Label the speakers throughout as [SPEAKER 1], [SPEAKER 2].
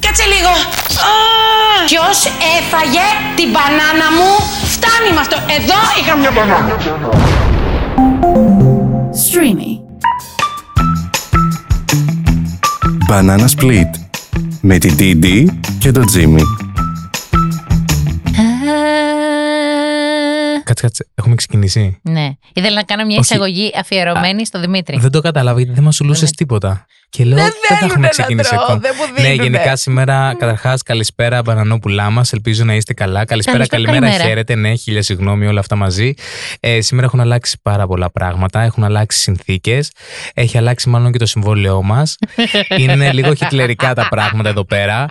[SPEAKER 1] κάτσε λίγο. Ποιος έφαγε την μπανάνα μου. Φτάνει με αυτό. Εδώ είχα μια μπανάνα.
[SPEAKER 2] Streamy.
[SPEAKER 3] Banana Split με την DD και τον Jimmy.
[SPEAKER 4] Κάτσε, κάτσε. Έχουμε ξεκινήσει.
[SPEAKER 5] Ε, Ναι. Ήθελα να κάνω μια
[SPEAKER 4] Όχι.
[SPEAKER 5] εισαγωγή αφιερωμένη στο Δημήτρη.
[SPEAKER 4] Δεν το κατάλαβα γιατί δεν μας ουλούσε τίποτα. Και λέω δεν, θα
[SPEAKER 6] θέλουνε
[SPEAKER 4] έχουμε
[SPEAKER 6] να
[SPEAKER 4] ξεκινήσει
[SPEAKER 6] τρώω,
[SPEAKER 4] ακόμα.
[SPEAKER 6] δεν μου
[SPEAKER 4] ναι,
[SPEAKER 6] δίνουνε.
[SPEAKER 4] γενικά σήμερα, καταρχάς, καλησπέρα, μπανανόπουλά μας. Ελπίζω να είστε καλά. Καλησπέρα,
[SPEAKER 5] Καλησπέρα,
[SPEAKER 4] καλημέρα,
[SPEAKER 5] καλημέρα.
[SPEAKER 4] χαίρετε. Ναι, χίλια συγγνώμη, όλα αυτά μαζί. Ε, σήμερα έχουν αλλάξει πάρα πολλά πράγματα. Έχουν αλλάξει συνθήκες. Έχει αλλάξει μάλλον και το συμβόλαιό μας. Είναι λίγο χιτλερικά τα πράγματα εδώ πέρα.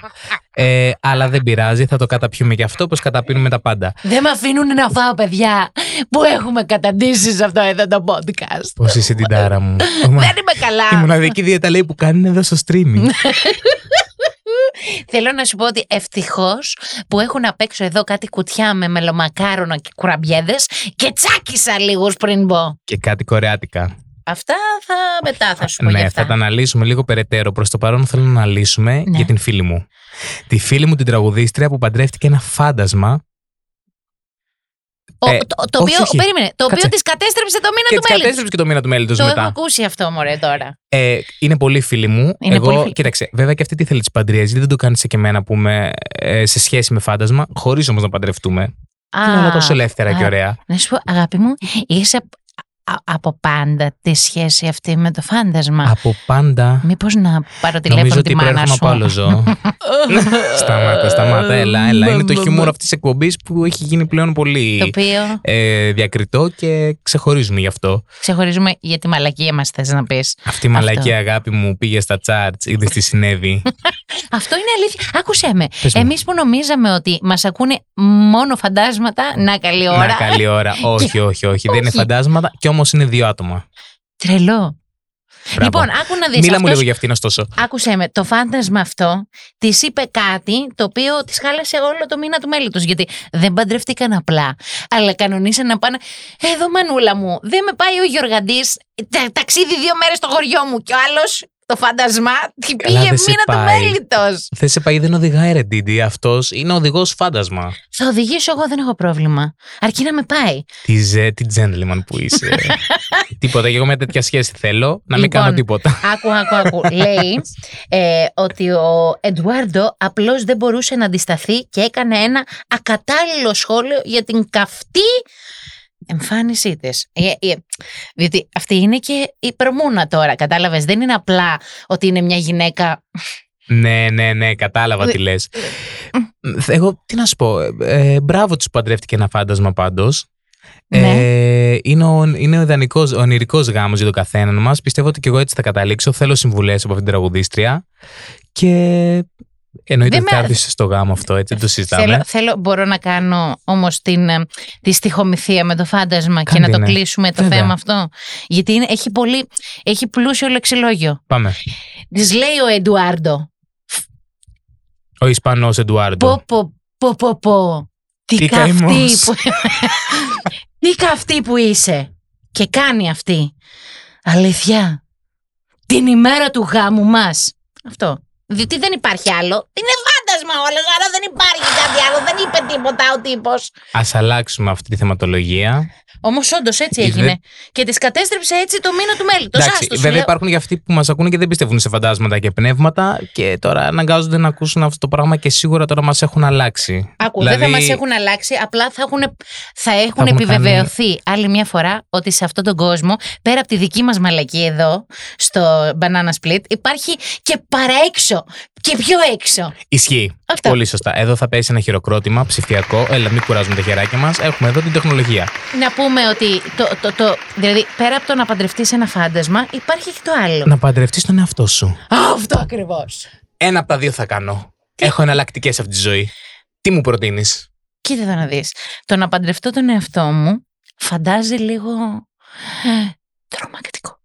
[SPEAKER 4] Ε, αλλά δεν πειράζει, θα το καταπιούμε και αυτό, όπω καταπίνουμε τα πάντα.
[SPEAKER 6] Δεν με αφήνουν να φάω, παιδιά. Που έχουμε καταντήσεις σε αυτό εδώ το podcast.
[SPEAKER 4] Πώς είσαι την τάρα μου. Ωμα,
[SPEAKER 6] Δεν είμαι
[SPEAKER 4] Η
[SPEAKER 6] καλά.
[SPEAKER 4] μοναδική δίαιτα λέει που κάνει είναι εδώ στο streaming.
[SPEAKER 5] Θέλω να σου πω ότι ευτυχώς που έχουν απ' έξω εδώ κάτι κουτιά με μελομακάρονα και κουραμπιέδες και τσάκισα λίγους πριν μπω.
[SPEAKER 4] και κάτι κορεάτικα.
[SPEAKER 5] Αυτά θα μετά θα σου πω για
[SPEAKER 4] Ναι,
[SPEAKER 5] αυτά.
[SPEAKER 4] θα τα αναλύσουμε λίγο περαιτέρω. Προς το παρόν θέλω να αναλύσουμε
[SPEAKER 5] Ναι.
[SPEAKER 4] για την φίλη μου. Τη φίλη μου την τραγουδίστρια που παντρεύτηκε ένα φάντασμα
[SPEAKER 5] Ο-
[SPEAKER 4] Ε,
[SPEAKER 5] το, το
[SPEAKER 4] όχι,
[SPEAKER 5] οποίο,
[SPEAKER 4] όχι.
[SPEAKER 5] περίμενε, το οποίο
[SPEAKER 4] Κάτσε.
[SPEAKER 5] τη κατέστρεψε το
[SPEAKER 4] και
[SPEAKER 5] μήνα
[SPEAKER 4] τη
[SPEAKER 5] του μέλη.
[SPEAKER 4] κατέστρεψε και το μήνα του μέλητος
[SPEAKER 5] Το έχω
[SPEAKER 4] μετά.
[SPEAKER 5] ακούσει αυτό, μωρέ, τώρα.
[SPEAKER 4] Ε, είναι πολύ φίλη μου.
[SPEAKER 5] Είναι
[SPEAKER 4] εγώ,
[SPEAKER 5] πολύ φίλη.
[SPEAKER 4] κοίταξε, βέβαια και αυτή τη θέλει τη παντρεύει. Δεν το κάνεις σε και εμένα που είμαι ε, σε σχέση με φάντασμα, χωρίς όμως να παντρευτούμε. Είναι όλα τόσο ελεύθερα και
[SPEAKER 5] α.
[SPEAKER 4] ωραία.
[SPEAKER 5] Να σου πω, αγάπη μου, είσαι α- α- από πάντα τη σχέση αυτή με το φάντασμα.
[SPEAKER 4] Από πάντα.
[SPEAKER 5] Μήπως να πάρω τηλέφωνο
[SPEAKER 4] Νομίζω
[SPEAKER 5] τη
[SPEAKER 4] ότι
[SPEAKER 5] μάνα
[SPEAKER 4] προέρχομαι
[SPEAKER 5] σου.
[SPEAKER 4] από άλλο ζώο. σταμάτα, σταμάτα, έλα, έλα. Είναι το χιούμορ αυτής της εκπομπής που έχει γίνει πλέον
[SPEAKER 5] Το
[SPEAKER 4] πολύ
[SPEAKER 5] οποίο
[SPEAKER 4] ε, διακριτό και ξεχωρίζουμε γι' αυτό.
[SPEAKER 5] ξεχωρίζουμε για τη μαλακία μας, θες να πεις.
[SPEAKER 4] Αυτή η μαλακή αγάπη μου πήγε στα τσάρτ, είδες τι συνέβη.
[SPEAKER 5] Αυτό είναι αλήθεια. Άκουσέ με.
[SPEAKER 4] Πες μου.
[SPEAKER 5] Εμείς που νομίζαμε ότι μας ακούνε μόνο φαντάσματα, να καλή ώρα.
[SPEAKER 4] Να καλή ώρα. όχι, όχι, όχι. Δεν είναι
[SPEAKER 5] Όχι.
[SPEAKER 4] φαντάσματα και όμω είναι δύο άτομα.
[SPEAKER 5] Τρελό.
[SPEAKER 4] Μπράβο.
[SPEAKER 5] Λοιπόν, άκου να δεις.
[SPEAKER 4] Μίλα μου λίγο για αυτήν, ωστόσο.
[SPEAKER 5] Άκουσέ με, το φάντασμα αυτό της είπε κάτι το οποίο της χάλασε όλο το μήνα του μέλη του. Γιατί δεν παντρευτήκαν απλά, αλλά κανονίσαν να πάνε. Εδώ, μανούλα μου, δεν με πάει ο Γιωργαντή. Τα, ταξίδι δύο μέρες στο χωριό μου. Και ο άλλος, το φάντασμα, τι πήγε
[SPEAKER 4] δεν σε
[SPEAKER 5] μήνα του
[SPEAKER 4] πάει.
[SPEAKER 5] μέλη του.
[SPEAKER 4] Θε σε πάει, δεν οδηγάει ρε Ντίντι. Αυτός είναι οδηγός φάντασμα.
[SPEAKER 5] Θα οδηγήσω εγώ, δεν έχω πρόβλημα. Αρκεί να με πάει.
[SPEAKER 4] Τι ζε, τι gentleman που είσαι. τίποτα. Και εγώ μια τέτοια σχέση θέλω να μην
[SPEAKER 5] Λοιπόν.
[SPEAKER 4] κάνω τίποτα.
[SPEAKER 5] Άκου, άκου, άκου. Λέει ε, ότι ο Εντουάρντο απλώς δεν μπορούσε να αντισταθεί και έκανε ένα ακατάλληλο σχόλιο για την καυτή εμφάνισή της. διότι αυτή είναι και η προμούνα τώρα, κατάλαβες. Δεν είναι απλά ότι είναι μια γυναίκα.
[SPEAKER 4] ναι, ναι, ναι, κατάλαβα
[SPEAKER 5] Ε,
[SPEAKER 4] τι λες. Εγώ τι να σου πω. ε, ε, μπράβο τους που παντρεύτηκε ένα φάντασμα πάντως.
[SPEAKER 5] Ναι.
[SPEAKER 4] Ε, είναι ο, είναι ο ιδανικός, ο ονειρικός γάμος για τον καθέναν μας. Πιστεύω ότι και εγώ έτσι θα καταλήξω. Θέλω συμβουλές από αυτήν την τραγουδίστρια. Και εννοείται
[SPEAKER 5] Δεν
[SPEAKER 4] ότι θα
[SPEAKER 5] με-
[SPEAKER 4] έρθεις στο γάμο αυτό, έτσι δεν το συζητάμε.
[SPEAKER 5] Θέλω, θέλω, μπορώ να κάνω όμως τη στοιχομηθεία με το φάντασμα και
[SPEAKER 4] Κάντε,
[SPEAKER 5] να το
[SPEAKER 4] ναι.
[SPEAKER 5] κλείσουμε το
[SPEAKER 4] Βέβαια.
[SPEAKER 5] θέμα αυτό. Γιατί είναι, έχει, πολύ, έχει πλούσιο λεξιλόγιο.
[SPEAKER 4] Πάμε.
[SPEAKER 5] Της λέει ο Εντουάρντο.
[SPEAKER 4] Ο Ισπανός Εντουάρντο.
[SPEAKER 5] Πω, πω, πω, πω, πω. Τι,
[SPEAKER 4] Τι
[SPEAKER 5] καυτή
[SPEAKER 4] καημός.
[SPEAKER 5] που... Τι καυτή που είσαι. Και κάνει αυτή. Αλήθεια. Την ημέρα του γάμου μας. Αυτό. Διότι δεν υπάρχει άλλο. Είναι φάντασμα όλο, άρα δεν υπάρχει κάτι άλλο. Δεν είπε τίποτα ο τύπος.
[SPEAKER 4] Ας αλλάξουμε αυτή τη θεματολογία.
[SPEAKER 5] Όμως όντως έτσι
[SPEAKER 4] Ε,
[SPEAKER 5] έγινε.
[SPEAKER 4] δεν-
[SPEAKER 5] Και τις κατέστρεψε έτσι το μήνα του μέλητος.
[SPEAKER 4] Εντάξει,
[SPEAKER 5] Άστος,
[SPEAKER 4] βέβαια
[SPEAKER 5] λέω.
[SPEAKER 4] υπάρχουν και αυτοί που μας ακούνε και δεν πιστεύουν σε φαντάσματα και πνεύματα και τώρα αναγκάζονται να ακούσουν αυτό το πράγμα και σίγουρα τώρα μας έχουν αλλάξει.
[SPEAKER 5] Άκου, δεν
[SPEAKER 4] Δηλαδή,
[SPEAKER 5] θα μας έχουν αλλάξει, απλά θα έχουν, θα έχουν
[SPEAKER 4] έχουμε
[SPEAKER 5] επιβεβαιωθεί άλλη μια φορά ότι σε αυτόν τον κόσμο, πέρα από τη δική μας μαλακή εδώ, στο Banana Split, υπάρχει και παραέξω και πιο έξω.
[SPEAKER 4] Ισχύει.
[SPEAKER 5] Αυτό.
[SPEAKER 4] Πολύ σωστά. Εδώ θα πέσει ένα χειροκρότημα ψηφιακό. Έλα, μην κουράζουμε τα χεράκια μας. Έχουμε εδώ την τεχνολογία.
[SPEAKER 5] Να πούμε ότι, το, το, το, δηλαδή, πέρα από το να παντρευτείς ένα φάντασμα, υπάρχει και το άλλο.
[SPEAKER 4] Να παντρευτείς τον εαυτό σου.
[SPEAKER 5] Αυτό ακριβώς.
[SPEAKER 4] Ένα από τα δύο θα κάνω. Έχω εναλλακτικές αυτή τη ζωή. Τι μου προτείνεις.
[SPEAKER 5] Κοίτα εδώ να δεις. Το να παντρευτώ τον εαυτό μου φαντάζει λίγο ε, τρομακτικό.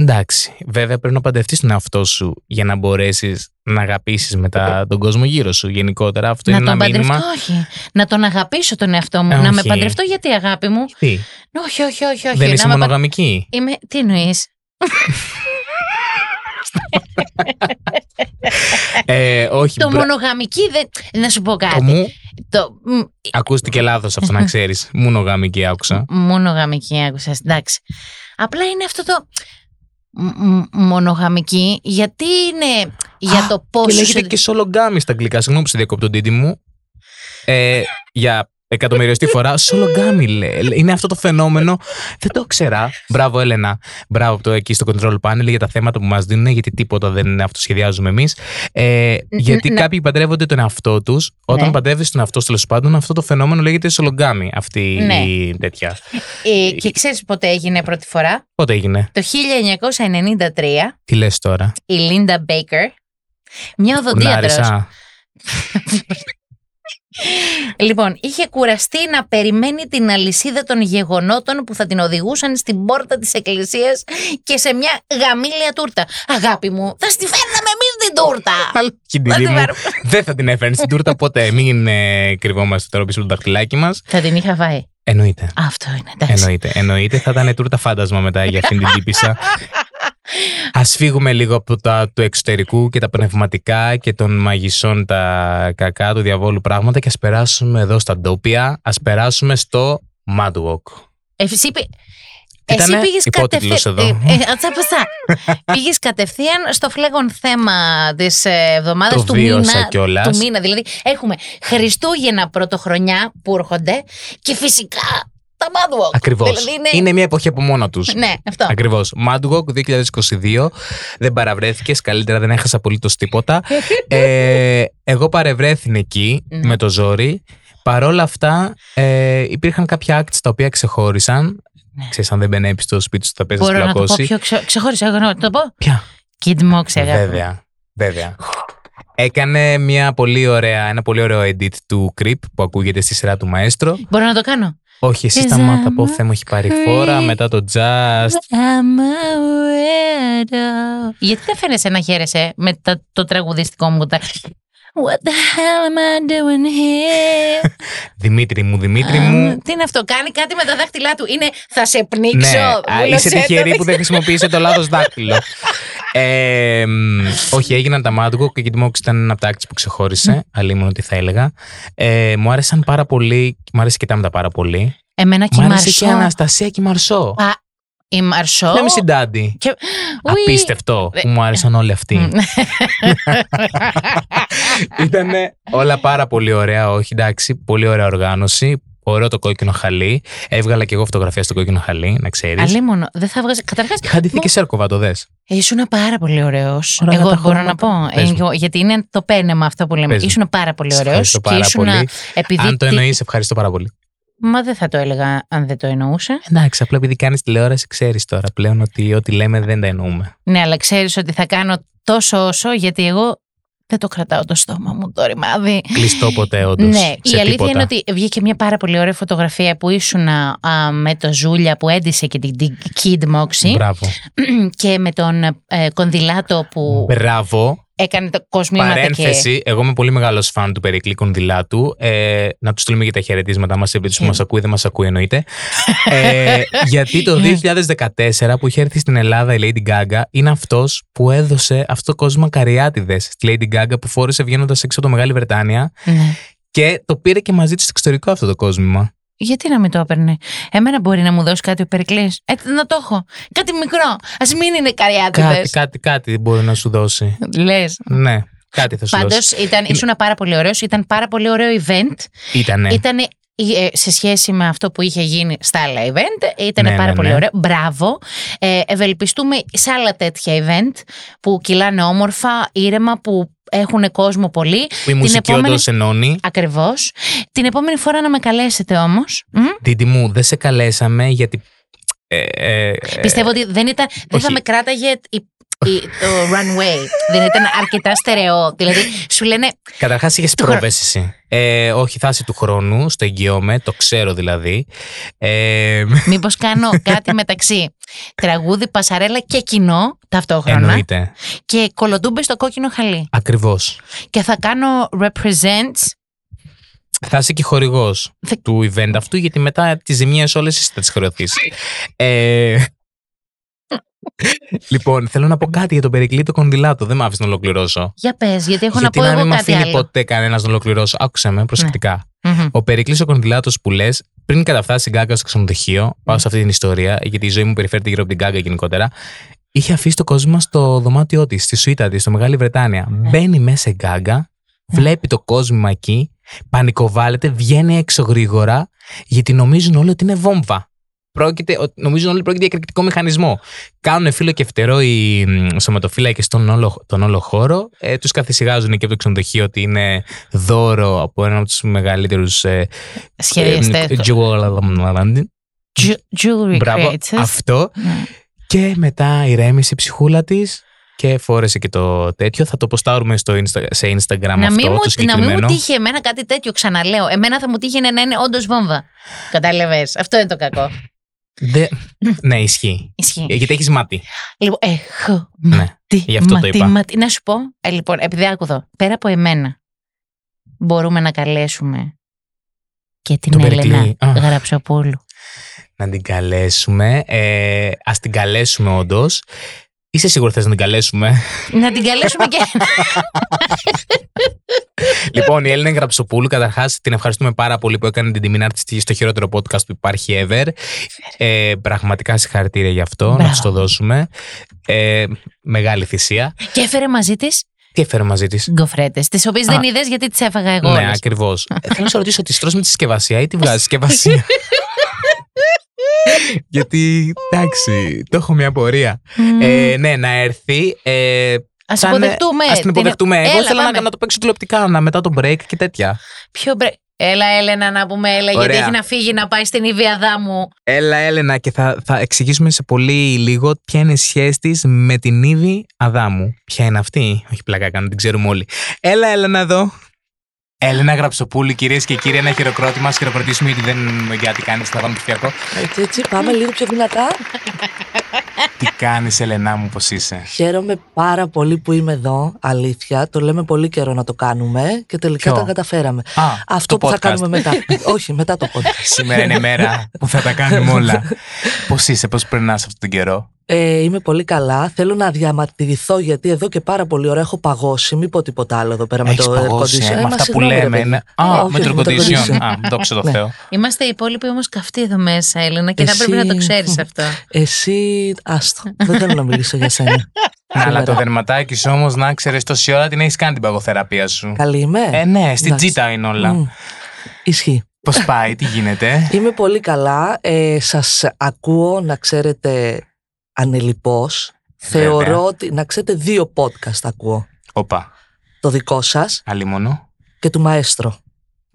[SPEAKER 4] Εντάξει. Βέβαια, πρέπει να παντρευτείς τον εαυτό σου για να μπορέσεις να αγαπήσεις μετά τον κόσμο γύρω σου. Γενικότερα, αυτό
[SPEAKER 5] να
[SPEAKER 4] είναι
[SPEAKER 5] τον
[SPEAKER 4] ένα
[SPEAKER 5] παντρευτώ,
[SPEAKER 4] μήνυμα.
[SPEAKER 5] όχι. Να τον αγαπήσω τον εαυτό μου.
[SPEAKER 4] Ε,
[SPEAKER 5] να με
[SPEAKER 4] όχι.
[SPEAKER 5] παντρευτώ γιατί, αγάπη μου.
[SPEAKER 4] Τι,
[SPEAKER 5] Όχι, όχι, όχι. όχι.
[SPEAKER 4] δεν
[SPEAKER 5] να
[SPEAKER 4] είσαι
[SPEAKER 5] με παν-
[SPEAKER 4] μονογαμική.
[SPEAKER 5] Είμαι... Τι εννοείς.
[SPEAKER 4] Ε, όχι,
[SPEAKER 5] Το
[SPEAKER 4] μπρα-
[SPEAKER 5] μονογαμική δεν. Να σου πω
[SPEAKER 4] το
[SPEAKER 5] κάτι.
[SPEAKER 4] μου
[SPEAKER 5] Το... μ,
[SPEAKER 4] ακούστηκε λάθος αυτό να ξέρεις. Μονογαμική άκουσα.
[SPEAKER 5] Μονογαμική άκουσα, εντάξει. Απλά είναι αυτό το. μ- μ- Μονογαμική, γιατί είναι για το
[SPEAKER 4] Και
[SPEAKER 5] πόσο.
[SPEAKER 4] λέγεται
[SPEAKER 5] σε-
[SPEAKER 4] και σολογγάμι στα αγγλικά. Συγγνώμη που σε διακόπτω, Ντίντι μου. Ε, για εκατομμυριωστή φορά, σολογγάμι λέει. Είναι αυτό το φαινόμενο. Δεν το ξέρα. Μπράβο, Έλενα. Μπράβο από το εκεί στο control panel για τα θέματα που μας δίνουν, γιατί τίποτα δεν αυτοσχεδιάζουμε εμείς. Ε, γιατί
[SPEAKER 5] ναι.
[SPEAKER 4] κάποιοι παντρεύονται τον εαυτό τους. Όταν
[SPEAKER 5] Ναι.
[SPEAKER 4] παντρεύεσαι τον εαυτό σου, τέλος πάντων, αυτό το φαινόμενο λέγεται σολογγάμι. Αυτή
[SPEAKER 5] Ναι.
[SPEAKER 4] η τέτοια.
[SPEAKER 5] Ε, και ξέρεις πότε έγινε πρώτη φορά.
[SPEAKER 4] Πότε έγινε.
[SPEAKER 5] Το 1993
[SPEAKER 4] Τι λες τώρα.
[SPEAKER 5] η Λίντα Μπέικερ, μια οδοντίατρος,
[SPEAKER 4] Κουνάρισα.
[SPEAKER 5] λοιπόν, είχε κουραστεί να περιμένει την αλυσίδα των γεγονότων που θα την οδηγούσαν στην πόρτα της εκκλησίας και σε μια γαμήλια τούρτα. Αγάπη μου, θα στη φέρναμε εμείς την τούρτα!
[SPEAKER 4] Αλλά όχι,
[SPEAKER 5] Θα
[SPEAKER 4] Ντίντι
[SPEAKER 5] την
[SPEAKER 4] μου.
[SPEAKER 5] πάρουμε.
[SPEAKER 4] Δεν θα την έφερνε στην τούρτα ποτέ. Μην ε, κρυβόμαστε τώρα πίσω από το δαχτυλάκι μας.
[SPEAKER 5] θα την είχα φάει.
[SPEAKER 4] Εννοείται.
[SPEAKER 5] Αυτό είναι, εντάξει.
[SPEAKER 4] Εννοείται. Εννοείται. Θα ήταν τούρτα φάντασμα μετά για αυτήν την τύπησα. Ας φύγουμε λίγο από τα του εξωτερικού και τα πνευματικά και των μαγισσών τα κακά του διαβόλου πράγματα και ας περάσουμε εδώ στα ντόπια. Ας περάσουμε στο Mad Walk.
[SPEAKER 5] Ε, Εσύ, πη-
[SPEAKER 4] Ήτανε
[SPEAKER 5] εσύ πήγες
[SPEAKER 4] υπότιτλος
[SPEAKER 5] κατευθείαν. Ε,
[SPEAKER 4] εδώ.
[SPEAKER 5] πήγες κατευθείαν στο φλέγον θέμα της ε, εβδομάδας
[SPEAKER 4] Το
[SPEAKER 5] του μήνα.
[SPEAKER 4] βίωσα κιόλας.
[SPEAKER 5] του μήνα. Δηλαδή, έχουμε Χριστούγεννα πρωτοχρονιά που έρχονται και φυσικά τα Mad Walk.
[SPEAKER 4] Ακριβώς.
[SPEAKER 5] Δηλαδή είναι...
[SPEAKER 4] Είναι μια εποχή από μόνα τους.
[SPEAKER 5] Ναι, αυτό.
[SPEAKER 4] Ακριβώς. Madwalk 2022. Δεν παραβρέθηκε. Καλύτερα δεν έχασα απολύτως τίποτα. ε, εγώ παρευρέθην εκεί
[SPEAKER 5] Ναι.
[SPEAKER 4] με το ζόρι. Παρόλα αυτά, ε, υπήρχαν κάποια acts τα οποία ξεχώρισαν.
[SPEAKER 5] Ναι.
[SPEAKER 4] Ξέρεις, αν δεν μπαινέψει στο σπίτι σου, θα παίζεις
[SPEAKER 5] Μπορώ να το πω
[SPEAKER 4] πλακώσει.
[SPEAKER 5] πιο ξε... ξεχώρισα. Εγώ να το πω.
[SPEAKER 4] Ποια?
[SPEAKER 5] Kid Mox, αγάπη. μου.
[SPEAKER 4] Βέβαια. Βέβαια. Έκανε μια πολύ ωραία, ένα πολύ ωραίο edit του Creep που ακούγεται στη σειρά του Μαέστρο.
[SPEAKER 5] Μπορώ να το κάνω.
[SPEAKER 4] Όχι, εσύ
[SPEAKER 5] Cause
[SPEAKER 4] σταμάτα
[SPEAKER 5] I'm
[SPEAKER 4] πω
[SPEAKER 5] a
[SPEAKER 4] Θεέ μου έχει πάρει
[SPEAKER 5] creep.
[SPEAKER 4] φόρα μετά το Just.
[SPEAKER 5] I'm a weirdo. Γιατί δεν φαίνεσαι να χαίρεσαι με τα- το τραγουδιστικό μου. τα- What the hell am I doing here?
[SPEAKER 4] Δημήτρη μου, Δημήτρη
[SPEAKER 5] Α,
[SPEAKER 4] μου.
[SPEAKER 5] Τι είναι αυτό, κάνει κάτι με τα δάχτυλά του. Είναι θα σε πνίξω.
[SPEAKER 4] Ναι, α,
[SPEAKER 5] βούλωσέ
[SPEAKER 4] είσαι
[SPEAKER 5] το,
[SPEAKER 4] τυχερή που
[SPEAKER 5] ξέρω.
[SPEAKER 4] δεν χρησιμοποίησε το λάθος δάκτυλο. Ε, μ, όχι, έγιναν τα Madgo και η Kid Mox ήταν ένα από τα acts που ξεχώρισε. Αλλήμον τι θα έλεγα. Ε, μου άρεσαν πάρα πολύ. Μου άρεσε και τα μετά πάρα πολύ.
[SPEAKER 5] Εμένα και
[SPEAKER 4] Μου
[SPEAKER 5] η
[SPEAKER 4] άρεσε και η
[SPEAKER 5] Μαρσό.
[SPEAKER 4] Αναστασία και η Μαρσό.
[SPEAKER 5] Η Μαρσό.
[SPEAKER 4] Δεν συντάντη.
[SPEAKER 5] Και- Ουι.
[SPEAKER 4] Απίστευτο που μου άρεσαν όλοι αυτοί. Ήταν όλα πάρα πολύ ωραία, όχι εντάξει, πολύ ωραία οργάνωση. Ωραίο το κόκκινο χαλί. Έβγαλα και εγώ φωτογραφία στο κόκκινο χαλί, να ξέρεις.
[SPEAKER 5] Αλίμονο, δεν θα βγάζει. Καταρχά,
[SPEAKER 4] Είχα ντυθεί και σέρκοβα, το δες.
[SPEAKER 5] Ε, ήσουν πάρα πολύ ωραίος
[SPEAKER 4] Ωραία,
[SPEAKER 5] Εγώ
[SPEAKER 4] τα
[SPEAKER 5] μπορώ να
[SPEAKER 4] χρώματα.
[SPEAKER 5] πω. ε,
[SPEAKER 4] Πες μου.
[SPEAKER 5] εγώ- γιατί είναι το πένεμα αυτό που λέμε.
[SPEAKER 4] Πες μου.
[SPEAKER 5] Ήσουν πάρα πολύ
[SPEAKER 4] Σε
[SPEAKER 5] ωραίος.
[SPEAKER 4] ευχαριστώ
[SPEAKER 5] Και
[SPEAKER 4] πάρα
[SPEAKER 5] ήσουν.
[SPEAKER 4] πολύ.
[SPEAKER 5] Επειδή.
[SPEAKER 4] Αν το
[SPEAKER 5] τι-
[SPEAKER 4] εννοείς, ευχαριστώ πάρα πολύ.
[SPEAKER 5] Μα δεν θα το έλεγα αν δεν το εννοούσα.
[SPEAKER 4] Εντάξει, απλά επειδή κάνεις τηλεόραση, ξέρεις τώρα πλέον ότι ό,τι λέμε δεν τα εννοούμε.
[SPEAKER 5] Ναι, αλλά ξέρεις ότι θα κάνω τόσο όσο γιατί εγώ δεν το κρατάω το στόμα μου το ρημάδι.
[SPEAKER 4] Κλειστό ποτέ, όντως.
[SPEAKER 5] Ναι, η αλήθεια είναι ότι βγήκε μια πάρα πολύ ωραία φωτογραφία που ήσουν α, α, με το Ζούλια που έντυσε και την, την Kid Moxie
[SPEAKER 4] Μπράβο.
[SPEAKER 5] και με τον ε, Κονδυλάτο που
[SPEAKER 4] Μπράβο.
[SPEAKER 5] έκανε το κοσμήματα και...
[SPEAKER 4] Παρένθεση, εγώ είμαι πολύ μεγάλος φαν του Περικλή Κονδυλάτου. Ε, να του στείλουμε και τα χαιρετίσματά μας, επειδή
[SPEAKER 5] Ε.
[SPEAKER 4] που μας ακούει, δεν μας ακούει εννοείται. ε, γιατί
[SPEAKER 5] Ναι.
[SPEAKER 4] το 2014 που είχε έρθει στην Ελλάδα η Lady Gaga, είναι αυτός που έδωσε αυτό το κόσμο καριάτιδες στη Lady Gaga που φόρεσε βγαίνοντας έξω από το Μεγάλη Βρετάνια
[SPEAKER 5] Ναι.
[SPEAKER 4] και το πήρε και μαζί του στο εξωτερικό αυτό το κόσμημα.
[SPEAKER 5] Γιατί να μην το έπαιρνε. Εμένα μπορεί να μου δώσει κάτι ο Περικλής. Ε, να το έχω. Κάτι μικρό. Ας μην είναι
[SPEAKER 4] Κάτι,
[SPEAKER 5] καριάτιδες.
[SPEAKER 4] κάτι, κάτι μπορεί να σου δώσει.
[SPEAKER 5] Λες.
[SPEAKER 4] Ναι, κάτι θα σου δώσει.
[SPEAKER 5] Πάντως ήταν, ήσουν πάρα πολύ ωραίος. Ήταν πάρα πολύ ωραίο event.
[SPEAKER 4] Ήτανε.
[SPEAKER 5] Ήταν ε, σε σχέση με αυτό που είχε γίνει στα άλλα event. Ήταν
[SPEAKER 4] Ναι,
[SPEAKER 5] πάρα
[SPEAKER 4] ναι,
[SPEAKER 5] πολύ
[SPEAKER 4] ναι.
[SPEAKER 5] ωραίο. Μπράβο. Ε, ευελπιστούμε σε άλλα τέτοια event που κυλάνε όμορφα, ήρεμα, που έχουν κόσμο πολύ.
[SPEAKER 4] Η μουσική
[SPEAKER 5] επόμενη-
[SPEAKER 4] επόμενη... όντως ενώνει.
[SPEAKER 5] Ακριβώς. Την επόμενη φορά να με καλέσετε όμως.
[SPEAKER 4] Ντίντι μου, δεν σε καλέσαμε γιατί. ε, ε, ε,
[SPEAKER 5] Πιστεύω ότι δεν, ήταν, δεν θα
[SPEAKER 4] όχι.
[SPEAKER 5] με κράταγε η, η- το runway. δεν ήταν αρκετά στερεό. Δηλαδή, σου λένε.
[SPEAKER 4] Καταρχάς είχες
[SPEAKER 5] χρόνο.
[SPEAKER 4] πρόβες εσύ. Ε, όχι, θα είσαι του χρόνου, στο εγγυώμαι, το ξέρω δηλαδή. Ε,
[SPEAKER 5] Μήπως κάνω κάτι μεταξύ τραγούδι, πασαρέλα και κοινό ταυτόχρονα.
[SPEAKER 4] εννοείται.
[SPEAKER 5] Και κολοτούμπες στο κόκκινο χαλί.
[SPEAKER 4] Ακριβώς.
[SPEAKER 5] Και θα κάνω represents.
[SPEAKER 4] Θα είσαι και χορηγός
[SPEAKER 5] Θε-
[SPEAKER 4] του event αυτού, γιατί μετά τις ζημίες όλες εσύ θα τις χρεωθεί. Ε, λοιπόν, θέλω να πω κάτι για τον Περικλήτο Κονδυλάτο. Δεν μ' άφησε να ολοκληρώσω.
[SPEAKER 5] Για πες, γιατί έχω
[SPEAKER 4] Γιατί
[SPEAKER 5] να πω
[SPEAKER 4] να
[SPEAKER 5] εγώ
[SPEAKER 4] μην με
[SPEAKER 5] κάτι
[SPEAKER 4] αφήνει
[SPEAKER 5] άλλο.
[SPEAKER 4] ποτέ κανένας να ολοκληρώσω. Άκουσε με προσεκτικά.
[SPEAKER 5] Μμμ.
[SPEAKER 4] Ο Περικλή ο Κονδυλάτος που λες, πριν καταφτάσει η Γκάγκα στο ξενοδοχείο, πάω σε αυτή την ιστορία, γιατί η ζωή μου περιφέρεται γύρω από την Γκάγκα γενικότερα. Είχε αφήσει το κόσμο στο δωμάτιό της, στη σουίτα της, στο Μεγάλη Βρετάνια. Μπαίνει μέσα η Γκάγκα, βλέπει το κόσμο εκεί, πανικοβάλλεται, βγαίνει έξω γρήγορα, γιατί νομίζουν όλοι ότι είναι βόμβα. Πρόκειται, ότι- νομίζουν όλοι πρόκειται για εκρηκτικό μηχανισμό. Κάνουν φίλο και φτερό οι μ, σωματοφύλακες στον όλο, τον όλο χώρο. Ε, τους καθησυχάζουν εκεί από το ξενοδοχείο ότι είναι δώρο από έναν από τους μεγαλύτερους ε,
[SPEAKER 5] Σχεδιαστέ.
[SPEAKER 4] ε, jewel-
[SPEAKER 5] Jewelry
[SPEAKER 4] Μπράβο,
[SPEAKER 5] creators.
[SPEAKER 4] αυτό.
[SPEAKER 5] Ναι.
[SPEAKER 4] Και μετά ηρέμησε η ψυχούλα τη και φόρεσε και το τέτοιο. Θα το ποστάρουμε στο Insta- σε Instagram
[SPEAKER 5] Να μην,
[SPEAKER 4] αυτό
[SPEAKER 5] μου, να μην
[SPEAKER 4] το
[SPEAKER 5] μου
[SPEAKER 4] συγκεκριμένο.
[SPEAKER 5] τύχει εμένα κάτι τέτοιο, ξαναλέω. Εμένα θα μου τύχει να είναι όντω βόμβα. Κατάλαβε. Αυτό είναι το κακό.
[SPEAKER 4] Δε- ναι, ισχύει.
[SPEAKER 5] Ισχύει.
[SPEAKER 4] Ε, Γιατί έχεις μάτι.
[SPEAKER 5] Λοιπόν, έχω
[SPEAKER 4] Ναι,
[SPEAKER 5] ματι,
[SPEAKER 4] γι' αυτό το είπα.
[SPEAKER 5] ματι- Να σου πω, ε, λοιπόν, επειδή άκου εδώ, πέρα από εμένα, μπορούμε να καλέσουμε και την
[SPEAKER 4] Τον
[SPEAKER 5] Έλενα
[SPEAKER 4] Περικλή. Α.
[SPEAKER 5] Γραψοπούλου.
[SPEAKER 4] Να την καλέσουμε. Ε, Ας την καλέσουμε, όντως. Είσαι σίγουρο θες να την καλέσουμε.
[SPEAKER 5] να την καλέσουμε και.
[SPEAKER 4] λοιπόν, η Έλληνα Γραψοπούλου, καταρχάς, την ευχαριστούμε πάρα πολύ που έκανε την τιμή να έρθει στη- στο χειρότερο podcast που υπάρχει ever. Ε, πραγματικά συγχαρητήρια γι' αυτό, να
[SPEAKER 5] Μπράβο.
[SPEAKER 4] τη το δώσουμε. Ε, μεγάλη θυσία.
[SPEAKER 5] και έφερε μαζί της
[SPEAKER 4] Τι έφερε μαζί της.
[SPEAKER 5] γκοφρέτες, τις οποίες δεν
[SPEAKER 4] Α.
[SPEAKER 5] είδες γιατί τις έφαγα εγώ.
[SPEAKER 4] Ναι,
[SPEAKER 5] όλες.
[SPEAKER 4] ακριβώς. Θέλω να σε ρωτήσω, τη τρως με της συσκευασία ή τη βγάζεις συσκευασία. Γιατί, εντάξει, το έχω μια απορία.
[SPEAKER 5] Μμμ.
[SPEAKER 4] Ε, ναι, να έρθει. Ε,
[SPEAKER 5] Ας
[SPEAKER 4] θα είναι-
[SPEAKER 5] υποδεχτούμε.
[SPEAKER 4] ας την υποδεχτούμε. Εγώ
[SPEAKER 5] Έλα,
[SPEAKER 4] θέλω να,
[SPEAKER 5] πάμε.
[SPEAKER 4] να το παίξω τηλεοπτικά, να μετά το break και τέτοια.
[SPEAKER 5] Ποιο μπρε... Έλα, Έλενα, να πούμε, έλα, γιατί
[SPEAKER 4] Ωραία.
[SPEAKER 5] έχει να φύγει να πάει στην Ιβιαδά μου.
[SPEAKER 4] Έλα, Έλενα, και θα, θα εξηγήσουμε σε πολύ λίγο ποια είναι η σχέση της με την Ήβη Αδάμου. Ποια είναι αυτή, όχι πλάκα κάνω, την ξέρουμε όλοι. Έλα, Έλενα εδώ. Έλενα Γραψοπούλη, κυρίες και κύριοι, ένα χειροκρότημα. Ας χειροκροτήσουμε γιατί δεν γιατί κάνει θα πάμε ψηφιακό.
[SPEAKER 2] Έτσι, έτσι, πάμε λίγο πιο δυνατά.
[SPEAKER 4] Τι κάνεις, Ελενά μου, πώς είσαι.
[SPEAKER 2] Χαίρομαι πάρα πολύ που είμαι εδώ, αλήθεια. Το λέμε πολύ καιρό να το κάνουμε και τελικά
[SPEAKER 4] Ποιο?
[SPEAKER 2] τα καταφέραμε.
[SPEAKER 4] Α,
[SPEAKER 2] Αυτό
[SPEAKER 4] το
[SPEAKER 2] που θα
[SPEAKER 4] podcast.
[SPEAKER 2] κάνουμε μετά. Όχι, μετά το podcast.
[SPEAKER 4] Σήμερα είναι η μέρα που θα τα κάνουμε όλα. πώς είσαι, πώς περνάς αυτόν τον καιρό.
[SPEAKER 2] Ε, είμαι πολύ καλά. Θέλω να διαμαρτυρηθώ γιατί εδώ και πάρα πολύ ώρα έχω παγώσει. Μην πω τίποτα άλλο εδώ πέρα με
[SPEAKER 4] Έχεις
[SPEAKER 2] το air
[SPEAKER 4] παγώσει,
[SPEAKER 2] conditioner.
[SPEAKER 4] ε,
[SPEAKER 2] Ε,
[SPEAKER 4] με
[SPEAKER 2] μα
[SPEAKER 4] αυτά που
[SPEAKER 2] συγγνώμη, ρε
[SPEAKER 4] λέμε.
[SPEAKER 2] παιδί. Ε,
[SPEAKER 4] ναι. Α,
[SPEAKER 2] Όχι,
[SPEAKER 4] με το
[SPEAKER 2] με το
[SPEAKER 4] κοντισιόν.
[SPEAKER 2] condition.
[SPEAKER 4] Α, δόξα τω
[SPEAKER 2] Ναι.
[SPEAKER 4] Θεώ.
[SPEAKER 5] Είμαστε οι υπόλοιποι όμως καυτοί εδώ μέσα, Έλενα, και θα
[SPEAKER 2] Εσύ-
[SPEAKER 5] πρέπει να το ξέρεις αυτό.
[SPEAKER 2] Εσύ, άστο. Δεν θέλω να μιλήσω για σένα.
[SPEAKER 4] Ναι, αλλά το
[SPEAKER 2] Σήμερα.
[SPEAKER 4] δερματάκι σου όμως, να ξέρεις τόση ώρα την έχεις κάνει την παγωθεραπεία σου.
[SPEAKER 2] Καλή είμαι.
[SPEAKER 4] Ε, ναι, στην
[SPEAKER 2] εντάξει.
[SPEAKER 4] τζίτα είναι όλα.
[SPEAKER 2] Μμ. Ισχύει.
[SPEAKER 4] Πώς πάει, τι γίνεται.
[SPEAKER 2] Είμαι πολύ καλά. Ε, σας ακούω να ξέρετε ανελιπώς.
[SPEAKER 4] Βέβαια.
[SPEAKER 2] Θεωρώ ότι, να ξέρετε, δύο podcast ακούω.
[SPEAKER 4] Όπα,
[SPEAKER 2] Το δικό σας
[SPEAKER 4] αλίμονο.
[SPEAKER 2] και του Μαέστρο.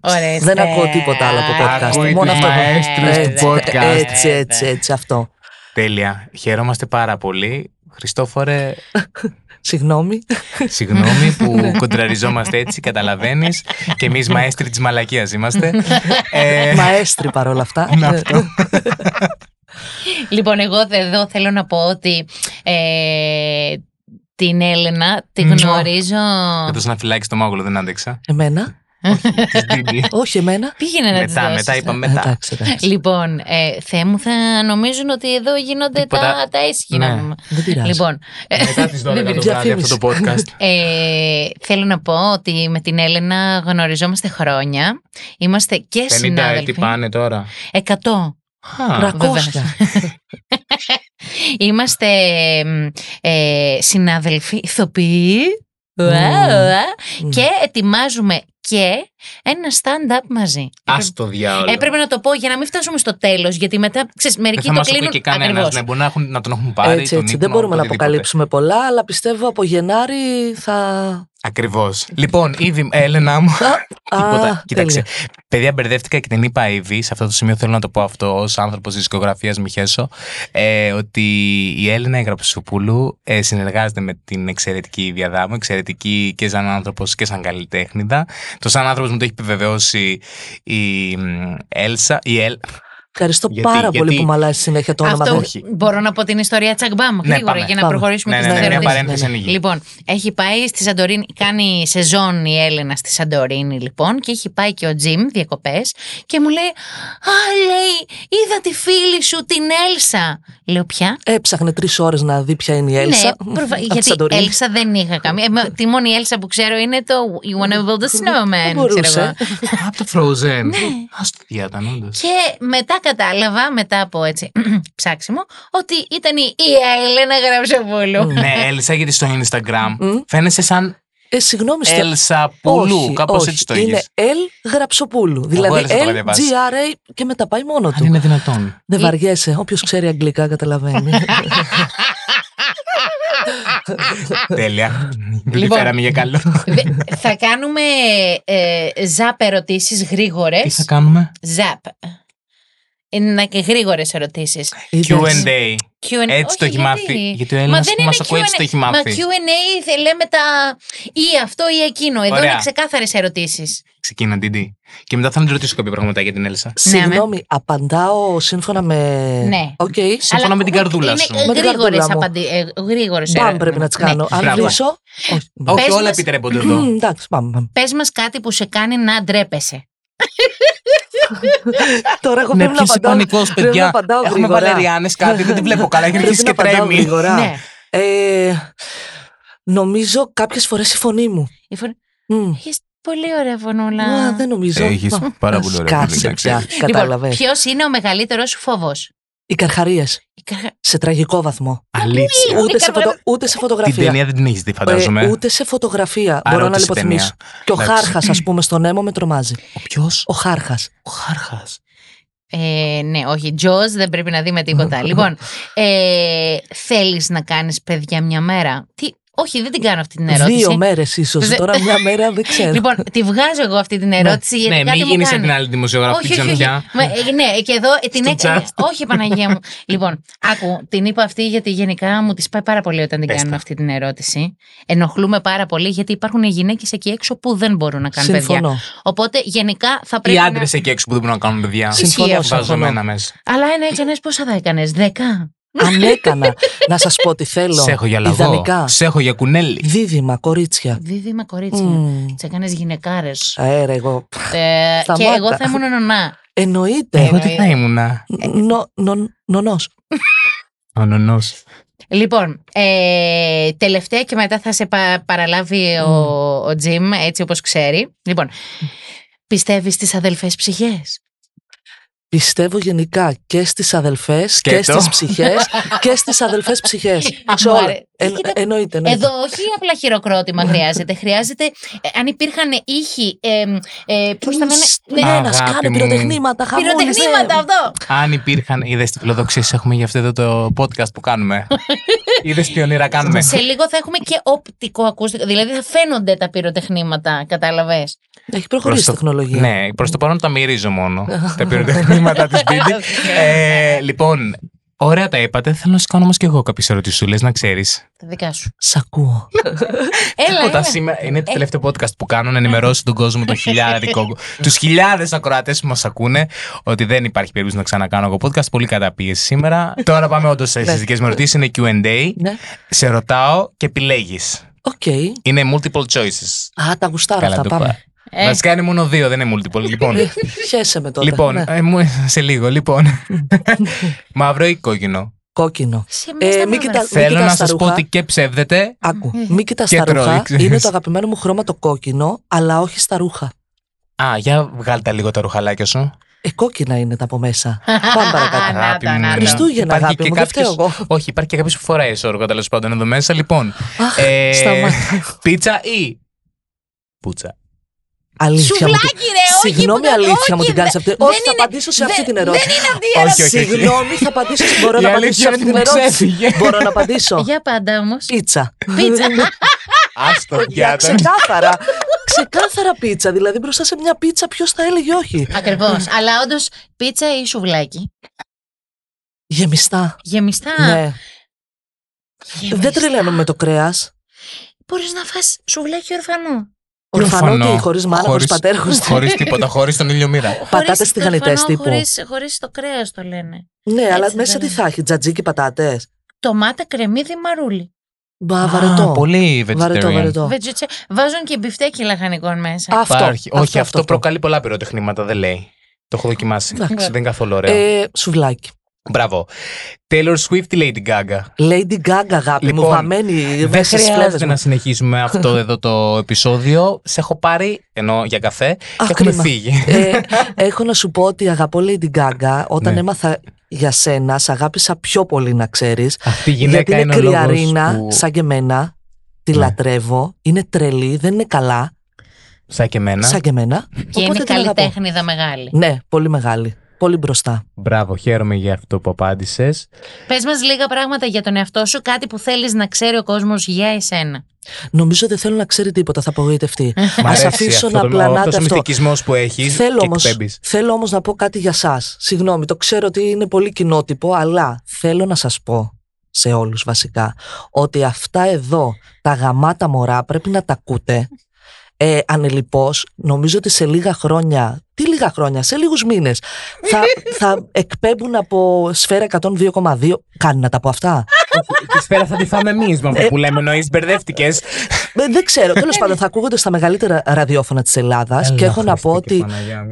[SPEAKER 5] Ορίστε.
[SPEAKER 2] Δεν ακούω τίποτα άλλο από podcast.
[SPEAKER 4] Ακούει
[SPEAKER 2] Μόνο
[SPEAKER 4] τους
[SPEAKER 2] αυτό. Ε,
[SPEAKER 4] μαέστρους
[SPEAKER 2] Έτσι,
[SPEAKER 4] Ε, του podcast. Ε,
[SPEAKER 2] Έτσι, έτσι, έτσι, αυτό.
[SPEAKER 4] Τέλεια. Χαιρόμαστε πάρα πολύ. Χριστόφορε,
[SPEAKER 2] Συγγνώμη.
[SPEAKER 4] Συγγνώμη που κοντραριζόμαστε έτσι, καταλαβαίνεις. Και εμείς μαέστροι της μαλακίας είμαστε. ε,
[SPEAKER 2] Μαέστρη παρόλα αυτά. Ε,
[SPEAKER 4] είναι αυτό.
[SPEAKER 5] Λοιπόν, εγώ εδώ θέλω να πω ότι ε, την Έλενα τη
[SPEAKER 4] Μουα.
[SPEAKER 5] γνωρίζω.
[SPEAKER 4] Θα δώσω ένα φυλάκι στο μάγουλο, δεν άντεξα.
[SPEAKER 2] Εμένα.
[SPEAKER 4] Της Didi.
[SPEAKER 2] Όχι εμένα.
[SPEAKER 5] Πήγαινε να τη
[SPEAKER 4] μετά,
[SPEAKER 5] δώσεις.
[SPEAKER 4] μετά, είπαμε
[SPEAKER 2] Ε,
[SPEAKER 4] μετά.
[SPEAKER 2] Εντάξει, εντάξει.
[SPEAKER 5] Λοιπόν, ε, Θεέ μου, θα νομίζουν ότι εδώ γίνονται τα,
[SPEAKER 4] Τίποτα.
[SPEAKER 5] τα ίσχυνα.
[SPEAKER 4] Ναι.
[SPEAKER 2] Δεν πειράζει.
[SPEAKER 5] Λοιπόν, ε,
[SPEAKER 4] Μετά τι 12 το βράδυ
[SPEAKER 2] Διαφήμιση.
[SPEAKER 4] αυτό το podcast.
[SPEAKER 5] Ε, θέλω να πω ότι με την Έλενα γνωριζόμαστε χρόνια. Είμαστε και
[SPEAKER 4] 50
[SPEAKER 5] συνάδελφοι.
[SPEAKER 4] έτη πάνε τώρα.
[SPEAKER 5] 100.
[SPEAKER 4] Α,
[SPEAKER 2] Τρακόσια.
[SPEAKER 5] Είμαστε ε, ε, συνάδελφοι, ηθοποιοί. Ουα,
[SPEAKER 2] Μμμ.
[SPEAKER 5] ουα.
[SPEAKER 2] Μμ.
[SPEAKER 5] Και ετοιμάζουμε και ένα stand-up μαζί.
[SPEAKER 4] Ας το διάολο.
[SPEAKER 5] Έπρεπε να το πω για να μην φτάσουμε στο τέλος, γιατί μετά ξέρεις,
[SPEAKER 4] δεν
[SPEAKER 5] μερικοί
[SPEAKER 4] θα
[SPEAKER 5] το
[SPEAKER 4] μας
[SPEAKER 5] κλείνουν.
[SPEAKER 4] ακούει και κανένας.
[SPEAKER 5] Ακριβώς.
[SPEAKER 4] Ναι, μπορεί να, έχουν, να τον έχουν πάρει.
[SPEAKER 2] Έτσι, έτσι. Δεν μπορούμε να αποκαλύψουμε πολλά, αλλά πιστεύω από Γενάρη θα.
[SPEAKER 4] Ακριβώς. Λοιπόν, ήδη, Έλενα μου. Τίποτα.
[SPEAKER 2] Α,
[SPEAKER 4] Κοίταξε.
[SPEAKER 2] τέλεια.
[SPEAKER 4] Παιδιά, μπερδεύτηκα και την είπα ήδη. Σε αυτό το σημείο θέλω να το πω αυτό ως άνθρωπος της δισκογραφία Μιχέσο. Ε, ότι η Έλληνα Γραψοπούλου ε, συνεργάζεται με την εξαιρετική Διαδάμου. Εξαιρετική και σαν άνθρωπος και σαν καλλιτέχνηδα. Το σαν άνθρωπος μου το έχει επιβεβαιώσει η μ, Έλσα. Η Ελ...
[SPEAKER 2] Ευχαριστώ
[SPEAKER 7] Γιατί,
[SPEAKER 2] πάρα
[SPEAKER 7] γιατί-
[SPEAKER 2] πολύ που μου αλλάζει συνέχεια το όνομα.
[SPEAKER 5] Αυτό
[SPEAKER 2] Δεν-
[SPEAKER 7] όχι.
[SPEAKER 5] μπορώ να πω την ιστορία τσακμπάμ γρήγορα
[SPEAKER 7] πάμε.
[SPEAKER 5] για να
[SPEAKER 2] Πάμε.
[SPEAKER 5] προχωρήσουμε
[SPEAKER 7] Ναι,
[SPEAKER 5] και
[SPEAKER 7] ναι,
[SPEAKER 5] στο
[SPEAKER 7] ναι, μια
[SPEAKER 5] δεύτερο.
[SPEAKER 7] παρένθεση ανοίγει.
[SPEAKER 5] Λοιπόν, έχει πάει στη Σαντορίνη, κάνει σεζόν η Έλενα στη Σαντορίνη λοιπόν και έχει πάει και ο Τζιμ διακοπές και μου λέει «Α, λέει, είδα τη φίλη σου την Έλσα». Λέω «Ποια»
[SPEAKER 2] Έψαχνε τρεις ώρες να δει ποια είναι η Έλσα.
[SPEAKER 5] Ναι, προφα-
[SPEAKER 2] από τη
[SPEAKER 5] γιατί
[SPEAKER 2] Σαντορίνη.
[SPEAKER 5] Έλσα δεν είχα καμία. Ε, μα- τη μόνη Έλσα που ξέρω είναι το You wanna build a
[SPEAKER 2] Δεν
[SPEAKER 5] snowman. ξέρω εγώ.
[SPEAKER 2] μπορούσε.
[SPEAKER 4] Από το Frozen.
[SPEAKER 5] Ναι.
[SPEAKER 4] Α το διάταν, όντως.
[SPEAKER 5] Και μετά κατάλαβα, μετά από έτσι ψάξιμο, ότι ήταν η η Έλενα Γραψοπούλου.
[SPEAKER 4] Ναι, Έλσα, γιατί στο Instagram φαίνεσαι σαν
[SPEAKER 2] Ε, συγγνώμη, στο-
[SPEAKER 4] Έλσα Πουλού.
[SPEAKER 2] Όχι,
[SPEAKER 4] Κάπως
[SPEAKER 2] όχι.
[SPEAKER 4] έτσι το
[SPEAKER 2] Είναι
[SPEAKER 4] είχε.
[SPEAKER 2] L Γραψοπούλου. Δηλαδή
[SPEAKER 7] Έλσα το
[SPEAKER 2] L
[SPEAKER 7] κατεβάζεις.
[SPEAKER 2] GRA και μετά πάει μόνο
[SPEAKER 4] Αν
[SPEAKER 2] του.
[SPEAKER 4] είναι δυνατόν.
[SPEAKER 2] Δεν βαριέσαι. Όποιος ξέρει αγγλικά καταλαβαίνει.
[SPEAKER 7] Τέλεια. Λοιπόν, φέραμε για
[SPEAKER 4] Ε,
[SPEAKER 7] καλό.
[SPEAKER 5] Δε- θα κάνουμε ε, ζαπ ερωτήσεις
[SPEAKER 4] Τι θα
[SPEAKER 5] γρήγορες.
[SPEAKER 4] κάνουμε.
[SPEAKER 5] Ζαπ. Είναι να- και γρήγορες ερωτήσεις.
[SPEAKER 2] Είδες.
[SPEAKER 7] Q&A.
[SPEAKER 5] Q&A.
[SPEAKER 7] Ε, Έτσι το
[SPEAKER 5] Όχι,
[SPEAKER 7] έχει μάθει. Γιατί ο
[SPEAKER 5] Μα
[SPEAKER 7] Έλληνας
[SPEAKER 5] δεν
[SPEAKER 7] που
[SPEAKER 5] είναι
[SPEAKER 7] μας ακούει έτσι το έχει
[SPEAKER 5] Μα
[SPEAKER 7] μάθει.
[SPEAKER 5] Q&A θε- λέμε τα ή αυτό ή εκείνο. Εδώ
[SPEAKER 7] Ωραία.
[SPEAKER 5] είναι ξεκάθαρες ερωτήσεις.
[SPEAKER 7] Ξεκίνα, Ντίντι. Και μετά θα να τη ρωτήσω κάποια πράγματα για την Έλσα.
[SPEAKER 2] Συγγνώμη, απαντάω σύμφωνα με.
[SPEAKER 5] Ναι.
[SPEAKER 2] Οκ.
[SPEAKER 7] Σύμφωνα
[SPEAKER 5] Αλλά
[SPEAKER 7] με την
[SPEAKER 5] ούτε-
[SPEAKER 7] καρδούλα
[SPEAKER 5] είναι
[SPEAKER 7] σου.
[SPEAKER 5] ε,
[SPEAKER 2] Με την
[SPEAKER 5] γρήγορες
[SPEAKER 2] καρδούλα μου.
[SPEAKER 5] απαντη- ε, γρήγορες
[SPEAKER 2] Μπαμ
[SPEAKER 5] ερωτήσεις.
[SPEAKER 2] πρέπει να τις
[SPEAKER 5] Ναι.
[SPEAKER 2] κάνω. Αν
[SPEAKER 7] Μπράβο.
[SPEAKER 2] βρίσω. Όχι. ναι.
[SPEAKER 7] Όχι,
[SPEAKER 5] Πες
[SPEAKER 7] όλα
[SPEAKER 5] μας-
[SPEAKER 7] επιτρέπονται εδώ.
[SPEAKER 2] Μμμ, Εντάξει, πάμε. πάμε.
[SPEAKER 5] Πες μας κάτι που σε κάνει να ντρέπεσαι.
[SPEAKER 2] Τώρα εγώ
[SPEAKER 4] Ναι,
[SPEAKER 2] πρέπει να
[SPEAKER 4] ποιο
[SPEAKER 2] απαντάω.
[SPEAKER 4] πανικό,
[SPEAKER 2] Πρέπει να
[SPEAKER 4] παιδιά.
[SPEAKER 2] απαντάω
[SPEAKER 4] Έχουμε
[SPEAKER 2] γρήγορα.
[SPEAKER 4] βαλεριάνες, κάτι, δεν τη βλέπω καλά. Έχει
[SPEAKER 2] Πρέπει
[SPEAKER 4] αρχίσει
[SPEAKER 2] να
[SPEAKER 4] και
[SPEAKER 2] απαντάω
[SPEAKER 4] τρέμει.
[SPEAKER 2] γρήγορα.
[SPEAKER 5] Ναι.
[SPEAKER 2] Ε, νομίζω κάποιες φορές η φωνή μου.
[SPEAKER 5] Η φωνή-
[SPEAKER 2] Μμ.
[SPEAKER 5] Έχεις πολύ ωραία φωνούλα.
[SPEAKER 2] Μα, δεν νομίζω.
[SPEAKER 7] Έχεις
[SPEAKER 2] Μα,
[SPEAKER 7] πάρα
[SPEAKER 2] να
[SPEAKER 7] πολύ ωραία
[SPEAKER 2] Σκάσε
[SPEAKER 7] φωνή,
[SPEAKER 2] πια.
[SPEAKER 5] Λοιπόν,
[SPEAKER 2] Κατάλαβες.
[SPEAKER 5] ποιος είναι ο μεγαλύτερος σου φόβος.
[SPEAKER 2] Οι καρχαρίες. Σε τραγικό βαθμό.
[SPEAKER 7] Αλήθεια.
[SPEAKER 2] Ούτε σε, φωτο,
[SPEAKER 5] καρχαρίες.
[SPEAKER 2] ούτε σε
[SPEAKER 7] Την
[SPEAKER 2] φωτογραφία.
[SPEAKER 7] ταινία δεν την έχεις δει,
[SPEAKER 2] Ε,
[SPEAKER 7] φαντάζομαι.
[SPEAKER 2] ούτε σε φωτογραφία. μπορώ να
[SPEAKER 7] ρώτησε η
[SPEAKER 2] λιποθυμίσω. Και ο
[SPEAKER 7] Εντάξει.
[SPEAKER 2] Χάρχας, ας πούμε, στον έμο με τρομάζει.
[SPEAKER 7] Ο ποιος.
[SPEAKER 2] Ο Χάρχας.
[SPEAKER 7] Ο Χάρχας.
[SPEAKER 5] Ε, ναι, όχι, Τζος, δεν πρέπει να δει με τίποτα. λοιπόν, ε, θέλεις να κάνεις παιδιά μια μέρα. Τι, όχι, δεν την κάνω αυτή την ερώτηση.
[SPEAKER 2] Δύο μέρες ίσως.
[SPEAKER 5] Δε-
[SPEAKER 2] Τώρα μια μέρα δεν ξέρω.
[SPEAKER 5] Λοιπόν, τη βγάζω εγώ αυτή την ερώτηση γιατί
[SPEAKER 4] Ναι,
[SPEAKER 5] κάτι
[SPEAKER 4] μην
[SPEAKER 5] μου
[SPEAKER 4] γίνει
[SPEAKER 5] κάνει.
[SPEAKER 4] την άλλη δημοσιογράφη
[SPEAKER 5] Όχι, όχι, όχι.
[SPEAKER 4] ξανθιά.
[SPEAKER 5] Μα, ε, ναι, και εδώ ε, την
[SPEAKER 4] Στο
[SPEAKER 5] έκανα.
[SPEAKER 4] chat.
[SPEAKER 5] Όχι, Παναγία μου. λοιπόν, άκου, την είπα αυτή γιατί γενικά μου τη πάει πάρα πολύ όταν την
[SPEAKER 7] Πες
[SPEAKER 5] κάνουν
[SPEAKER 7] τα.
[SPEAKER 5] αυτή την ερώτηση. Ενοχλούμε πάρα πολύ γιατί υπάρχουν γυναίκες εκεί έξω που δεν μπορούν να κάνουν παιδιά.
[SPEAKER 2] Συμφωνώ.
[SPEAKER 5] Οπότε γενικά θα πρέπει.
[SPEAKER 7] Οι
[SPEAKER 5] να-
[SPEAKER 7] άντρες εκεί έξω που δεν μπορούν να κάνουν παιδιά.
[SPEAKER 2] Συμφωνώ.
[SPEAKER 7] Βάζουμε
[SPEAKER 2] συμφωνώ.
[SPEAKER 7] ένα μέσα.
[SPEAKER 5] Αλλά ένα έκανε πόσα θα έκανες, Δέκα.
[SPEAKER 2] Αν έκανα να σας πω τι θέλω.
[SPEAKER 4] Σε έχω για λαγό.
[SPEAKER 2] Ιδανικά.
[SPEAKER 4] Σε έχω για κουνέλι.
[SPEAKER 2] Δίδυμα, κορίτσια.
[SPEAKER 5] Δίδυμα κορίτσια.
[SPEAKER 2] Μμμ.
[SPEAKER 5] Τις έκανες γυναικάρες.
[SPEAKER 2] Αέρα, εγώ.
[SPEAKER 5] Ε, και
[SPEAKER 2] Σταμάτα.
[SPEAKER 5] εγώ θα ήμουν νονά.
[SPEAKER 2] Εννοείται.
[SPEAKER 4] Εγώ τι θα ήμουνα.
[SPEAKER 2] Ε, Νο- νο- Νονός.
[SPEAKER 4] Ο νονός.
[SPEAKER 5] Λοιπόν, ε, τελευταία και μετά θα σε πα- παραλάβει ο, ο Τζιμ, έτσι όπως ξέρει. Λοιπόν, πιστεύεις στις αδελφές ψυχές.
[SPEAKER 2] Πιστεύω γενικά και στις αδελφές και
[SPEAKER 7] Σκέτο.
[SPEAKER 2] στις ψυχές και στις αδελφές ψυχές. Σε
[SPEAKER 5] Μου
[SPEAKER 2] όλα.
[SPEAKER 5] αρέ-
[SPEAKER 2] Εν-
[SPEAKER 5] Ε, Κοίτα,
[SPEAKER 2] Εννοείται. εννοείται. Ναι.
[SPEAKER 5] Εδώ όχι απλά χειροκρότημα χρειάζεται. Χρειάζεται, ε, αν υπήρχαν ήχοι, ε, ε, πώς θα λένε, ναι,
[SPEAKER 2] Ένας
[SPEAKER 4] Αγάπη
[SPEAKER 2] κάνει
[SPEAKER 4] μου.
[SPEAKER 2] πυροτεχνήματα, χαμούλης,
[SPEAKER 5] πυροτεχνήματα
[SPEAKER 2] ναι.
[SPEAKER 5] αυτό.
[SPEAKER 4] Αν υπήρχαν. Είδες τι φιλοδοξίες έχουμε για αυτό εδώ το podcast που κάνουμε. Είδες τι όνειρα κάνουμε.
[SPEAKER 5] Σε λίγο θα έχουμε και οπτικό ακουστικό, δηλαδή θα φαίνονται τα πυροτεχνήματα, κατάλαβες.
[SPEAKER 2] Έχει προχωρήσει η
[SPEAKER 4] Προς το-
[SPEAKER 2] τεχνολογία.
[SPEAKER 4] Ναι, προς το παρόν τα μυρίζω μόνο. τα πυροτεχνήματα τη Ντίντι. Ε, λοιπόν, ωραία τα είπατε. Θέλω να σου κάνω όμως και εγώ κάποιες ερωτησούλες, να ξέρεις.
[SPEAKER 5] Τα δικά σου.
[SPEAKER 2] Σ' ακούω.
[SPEAKER 5] Έλα,
[SPEAKER 4] Τίποτα,
[SPEAKER 5] έλα.
[SPEAKER 4] σήμερα είναι
[SPEAKER 2] Ε.
[SPEAKER 4] το τελευταίο podcast που κάνω να ενημερώσω τον κόσμο, τον χιλιάδικο, τους χιλιάδες ακροατές που μας ακούνε, ότι δεν υπάρχει περίπτωση να ξανακάνω εγώ podcast. Πολύ καταπίεση σήμερα. Τώρα πάμε όντως στι
[SPEAKER 2] Ναι.
[SPEAKER 4] δικέ μου ερωτήσεις. Είναι QA.
[SPEAKER 2] Ναι.
[SPEAKER 4] Σε ρωτάω και επιλέγεις.
[SPEAKER 2] Οκ.
[SPEAKER 4] Είναι multiple choices.
[SPEAKER 2] Α, τα γουστάρα
[SPEAKER 4] Καλά
[SPEAKER 2] αυτά.
[SPEAKER 4] το είπα.
[SPEAKER 2] Πάμε. Ε,
[SPEAKER 5] Ε.
[SPEAKER 4] Βασικά είναι μόνο δύο, δεν είναι multiple. Λοιπόν,
[SPEAKER 2] Χαίρεσαι με τότε.
[SPEAKER 4] λοιπόν
[SPEAKER 2] Ναι.
[SPEAKER 4] ε, μου- σε λίγο. Λοιπόν, μαύρο ή κόκκινο.
[SPEAKER 2] Κόκκινο.
[SPEAKER 5] Σε
[SPEAKER 2] Ε,
[SPEAKER 5] μες τα
[SPEAKER 2] μην
[SPEAKER 5] νούμερα.
[SPEAKER 2] κοιτάς-
[SPEAKER 4] Θέλω
[SPEAKER 2] κοιτάς
[SPEAKER 4] να
[SPEAKER 2] τα
[SPEAKER 4] σας πω
[SPEAKER 2] ρούχα.
[SPEAKER 4] ότι και ψεύδεται.
[SPEAKER 2] Άκου. Μην κοιτάς
[SPEAKER 4] Και
[SPEAKER 2] τα
[SPEAKER 4] τρώει,
[SPEAKER 2] ρούχα.
[SPEAKER 4] ξέρεις.
[SPEAKER 2] Είναι το αγαπημένο μου χρώμα το κόκκινο, αλλά όχι στα ρούχα.
[SPEAKER 4] Α, για βγάλτε τα λίγο τα ρουχαλάκια σου.
[SPEAKER 2] Ε, κόκκινα είναι τα από μέσα. Πάμε παρακάτω.
[SPEAKER 5] Να
[SPEAKER 4] Αγάπη
[SPEAKER 5] τα,
[SPEAKER 4] μου,
[SPEAKER 5] να τα.
[SPEAKER 2] Χριστούγεννα,
[SPEAKER 4] Υπάρχει
[SPEAKER 2] αγάπη
[SPEAKER 4] και
[SPEAKER 2] μου, δεν
[SPEAKER 4] κάποιος-
[SPEAKER 2] φταίω εγώ.
[SPEAKER 4] Όχι, υπάρχει και κάποιος που φοράει σόργο τέλος πάντων εδώ μέσα. Λοιπόν.
[SPEAKER 2] Αχ,
[SPEAKER 4] ε,
[SPEAKER 2] σταμάτα.
[SPEAKER 4] πίτσα ή. Πούτσα.
[SPEAKER 2] Αλήθεια μου.
[SPEAKER 5] Σουβλάκι, ρε, Ε, όχι,
[SPEAKER 2] Συγγνώμη,
[SPEAKER 5] που-
[SPEAKER 2] αλήθεια μου
[SPEAKER 5] όχι,
[SPEAKER 2] την κάνεις
[SPEAKER 5] δεν-
[SPEAKER 2] αυτή.
[SPEAKER 5] δεν
[SPEAKER 2] Όχι, θα
[SPEAKER 5] είναι-
[SPEAKER 2] απαντήσω σε αυτή
[SPEAKER 5] δεν-
[SPEAKER 2] την ερώτηση.
[SPEAKER 5] Δεν είναι αυτή η
[SPEAKER 4] Όχι, όχι, όχι.
[SPEAKER 2] Συγγνώμη, θα απαντήσω. Μπορώ
[SPEAKER 4] Η
[SPEAKER 2] να
[SPEAKER 4] αλήθεια
[SPEAKER 2] απαντήσω σε
[SPEAKER 4] είναι
[SPEAKER 2] αυτή την
[SPEAKER 4] ότι μου
[SPEAKER 2] ερώτηση.
[SPEAKER 4] ξέφυγε.
[SPEAKER 2] Μπορώ να απαντήσω.
[SPEAKER 5] Για πάντα όμως.
[SPEAKER 2] Πίτσα.
[SPEAKER 5] Πίτσα.
[SPEAKER 4] Άστο,
[SPEAKER 2] Για
[SPEAKER 4] πιάτα.
[SPEAKER 2] ξεκάθαρα. Ξεκάθαρα πίτσα. Δηλαδή μπροστά σε μια πίτσα ποιος θα έλεγε όχι.
[SPEAKER 5] Ακριβώς. Αλλά όντως πίτσα ή σουβλάκι.
[SPEAKER 2] Γεμιστά.
[SPEAKER 5] Γεμιστά.
[SPEAKER 2] Ναι. Δεν τρελαίνω με το κρέας.
[SPEAKER 5] Μπορείς να φας σουβλάκι ορφανό.
[SPEAKER 2] Ορφανό και χωρίς μάνα, χωρίς
[SPEAKER 7] Χωρίς-
[SPEAKER 2] πατέρα, χωρίς
[SPEAKER 7] Χωρίς τίποτα, χωρίς τον ήλιο μοίρα.
[SPEAKER 2] Πατάτε τηγανιτέ τύπου.
[SPEAKER 5] Χωρί το κρέας το λένε.
[SPEAKER 2] Ναι, αλλά
[SPEAKER 5] δεν
[SPEAKER 2] μέσα τι
[SPEAKER 5] είναι.
[SPEAKER 2] θα έχει, τζατζίκι πατάτες.
[SPEAKER 5] Τομάτα, κρεμμύδι, μαρούλι.
[SPEAKER 2] Μπα,
[SPEAKER 7] Α,
[SPEAKER 2] βαρετό.
[SPEAKER 7] Πολύ
[SPEAKER 2] Βαρετό,
[SPEAKER 7] vegetarian.
[SPEAKER 2] βαρετό.
[SPEAKER 5] Βετζιτσε- Βάζουν και μπιφτέκι λαχανικών μέσα.
[SPEAKER 2] Αυτό.
[SPEAKER 7] Υπάρχει. Όχι, αυτό προκαλεί πολλά πυροτεχνήματα, δεν λέει. Το έχω δοκιμάσει.
[SPEAKER 2] Εντάξει.
[SPEAKER 7] Δεν είναι καθόλου ωραίο.
[SPEAKER 2] Ε, σουβλάκι.
[SPEAKER 7] Μπράβο. Taylor Swift ή Lady Gaga.
[SPEAKER 2] Lady Gaga, αγάπη μου,
[SPEAKER 7] Λοιπόν,
[SPEAKER 2] βαμμένη
[SPEAKER 7] Δεν
[SPEAKER 2] μέσα στις φλέβες
[SPEAKER 7] χρειάζεται
[SPEAKER 2] μου.
[SPEAKER 7] να συνεχίσουμε αυτό εδώ το επεισόδιο. Σε έχω πάρει, ενώ για καφέ,
[SPEAKER 2] Α,
[SPEAKER 7] έχουμε
[SPEAKER 2] κρίμα.
[SPEAKER 7] φύγει.
[SPEAKER 2] ε, έχω να σου πω ότι αγαπώ Lady Gaga. Όταν
[SPEAKER 7] Ναι.
[SPEAKER 2] έμαθα για σένα, σε αγάπησα πιο πολύ να ξέρεις.
[SPEAKER 7] Αυτή η
[SPEAKER 2] Γιατί
[SPEAKER 7] γυναίκα
[SPEAKER 2] είναι
[SPEAKER 7] είναι ο λόγος
[SPEAKER 2] κρυαρίνα,
[SPEAKER 7] που...
[SPEAKER 2] σαν και εμένα. Τη
[SPEAKER 7] Ναι.
[SPEAKER 2] λατρεύω. Είναι τρελή, δεν είναι καλά,
[SPEAKER 7] Σαν και εμένα.
[SPEAKER 2] σαν και εμένα.
[SPEAKER 5] Και
[SPEAKER 2] Οπότε
[SPEAKER 5] είναι
[SPEAKER 2] την αγαπώ.
[SPEAKER 5] καλλιτέχνηδα μεγάλη.
[SPEAKER 2] Ναι, πολύ μεγάλη. Πολύ μπροστά.
[SPEAKER 7] Μπράβο, χαίρομαι για αυτό που απάντησες.
[SPEAKER 2] Ναι.
[SPEAKER 5] Πες μας λίγα πράγματα για τον εαυτό σου, κάτι που θέλεις να ξέρει ο κόσμος για εσένα.
[SPEAKER 2] Νομίζω δεν θέλω να ξέρει τίποτα, θα απογοητευτεί.
[SPEAKER 7] Μ'
[SPEAKER 2] Ας
[SPEAKER 7] αρέσει
[SPEAKER 2] αφήσω
[SPEAKER 7] αυτό
[SPEAKER 2] να
[SPEAKER 7] το-
[SPEAKER 2] πλανάτε
[SPEAKER 7] αυτός ο
[SPEAKER 2] αυτό.
[SPEAKER 7] μυστικισμός που έχεις
[SPEAKER 2] Θέλω
[SPEAKER 7] και
[SPEAKER 2] όμως,
[SPEAKER 7] εκπέμπεις.
[SPEAKER 2] θέλω όμως να πω κάτι για σας. Συγγνώμη, το ξέρω ότι είναι πολύ κοινότυπο, αλλά θέλω να σας πω σε όλους βασικά, ότι αυτά εδώ τα γαμάτα μωρά πρέπει να τα ακούτε ε, ανελιπώς. Νομίζω ότι σε λίγα χρόνια, τι λίγα χρόνια, σε λίγους μήνες, θα, θα εκπέμπουν από σφαίρα 102,2. Κάνει να τα πω αυτά.
[SPEAKER 7] Τη σφαίρα θα τη φάμε εμείς με αυτό που λέμε. Εννοείς μπερδεύτηκες.
[SPEAKER 2] Ε, δεν ξέρω. Τέλος πάντων, θα ακούγονται στα μεγαλύτερα ραδιόφωνα της Ελλάδας και έχω να πω ότι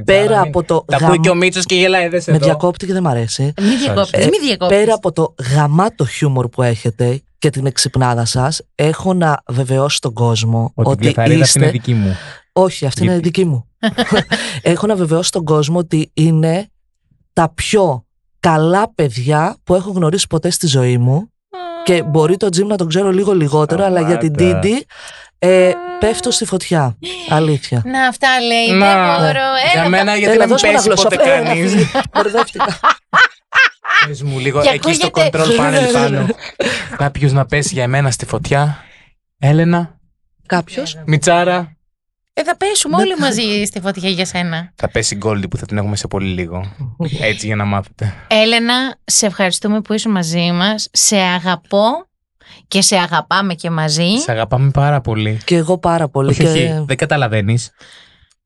[SPEAKER 2] πέρα από το
[SPEAKER 7] Τα
[SPEAKER 2] γαμ-
[SPEAKER 7] ακούει και ο Μίτσος και γελάει, δεν σε
[SPEAKER 2] Με
[SPEAKER 7] δω.
[SPEAKER 2] διακόπτη και δεν μ' αρέσει.
[SPEAKER 5] Μην διακόπτεις.
[SPEAKER 2] Ε,
[SPEAKER 5] Μην διακόπτεις.
[SPEAKER 2] Πέρα από το γαμάτο χιούμορ που έχετε και την εξυπνάδα σας, έχω να βεβαιώσω τον κόσμο
[SPEAKER 4] Ότι η
[SPEAKER 2] ότι,
[SPEAKER 4] διαφαρίδα αυτή
[SPEAKER 2] είστε...
[SPEAKER 4] είναι δική μου.
[SPEAKER 2] Όχι, αυτή είναι
[SPEAKER 4] Γιατί?
[SPEAKER 2] δική μου. έχω να βεβαιώσω τον κόσμο ότι είναι τα πιο καλά παιδιά που έχω γνωρίσει ποτέ στη ζωή μου και μπορεί το Τζιμ να τον ξέρω λίγο λιγότερο, αλλά για την
[SPEAKER 4] Σταμάτα.
[SPEAKER 2] Τίντι ε, πέφτω στη φωτιά. Αλήθεια.
[SPEAKER 5] Να, αυτά λέει.
[SPEAKER 7] Να.
[SPEAKER 5] Δεν μπορώ. Ε,
[SPEAKER 7] Για
[SPEAKER 5] Έλα,
[SPEAKER 7] μένα, γιατί να
[SPEAKER 2] Έλα,
[SPEAKER 7] μην
[SPEAKER 2] δώσ' μου ένα
[SPEAKER 7] πέσει
[SPEAKER 2] γλωσσό.
[SPEAKER 7] ποτέ
[SPEAKER 2] Έλα,
[SPEAKER 7] κανείς.
[SPEAKER 2] φύγε. Μπερδεύτηκα.
[SPEAKER 7] Πες μου λίγο
[SPEAKER 5] Και
[SPEAKER 7] εκεί στο
[SPEAKER 5] ακούγεται-
[SPEAKER 7] control panel
[SPEAKER 2] Ναι, ναι,
[SPEAKER 7] πάνω. Κάποιος να πέσει για εμένα στη φωτιά. Έλενα,
[SPEAKER 2] Κάποιος.
[SPEAKER 7] Μιτσάρα.
[SPEAKER 5] Ε, θα πέσουμε
[SPEAKER 2] Ναι.
[SPEAKER 5] όλοι μαζί στη φωτιά για σένα.
[SPEAKER 7] Θα πέσει η Goldie που θα την έχουμε σε πολύ λίγο. Έτσι για να μάθετε.
[SPEAKER 5] Έλενα, σε ευχαριστούμε που είσαι μαζί μας. Σε αγαπώ και σε αγαπάμε και μαζί.
[SPEAKER 7] Σε αγαπάμε πάρα πολύ.
[SPEAKER 2] Και εγώ πάρα πολύ.
[SPEAKER 7] Όχι,
[SPEAKER 2] και...
[SPEAKER 7] όχι, δεν καταλαβαίνεις.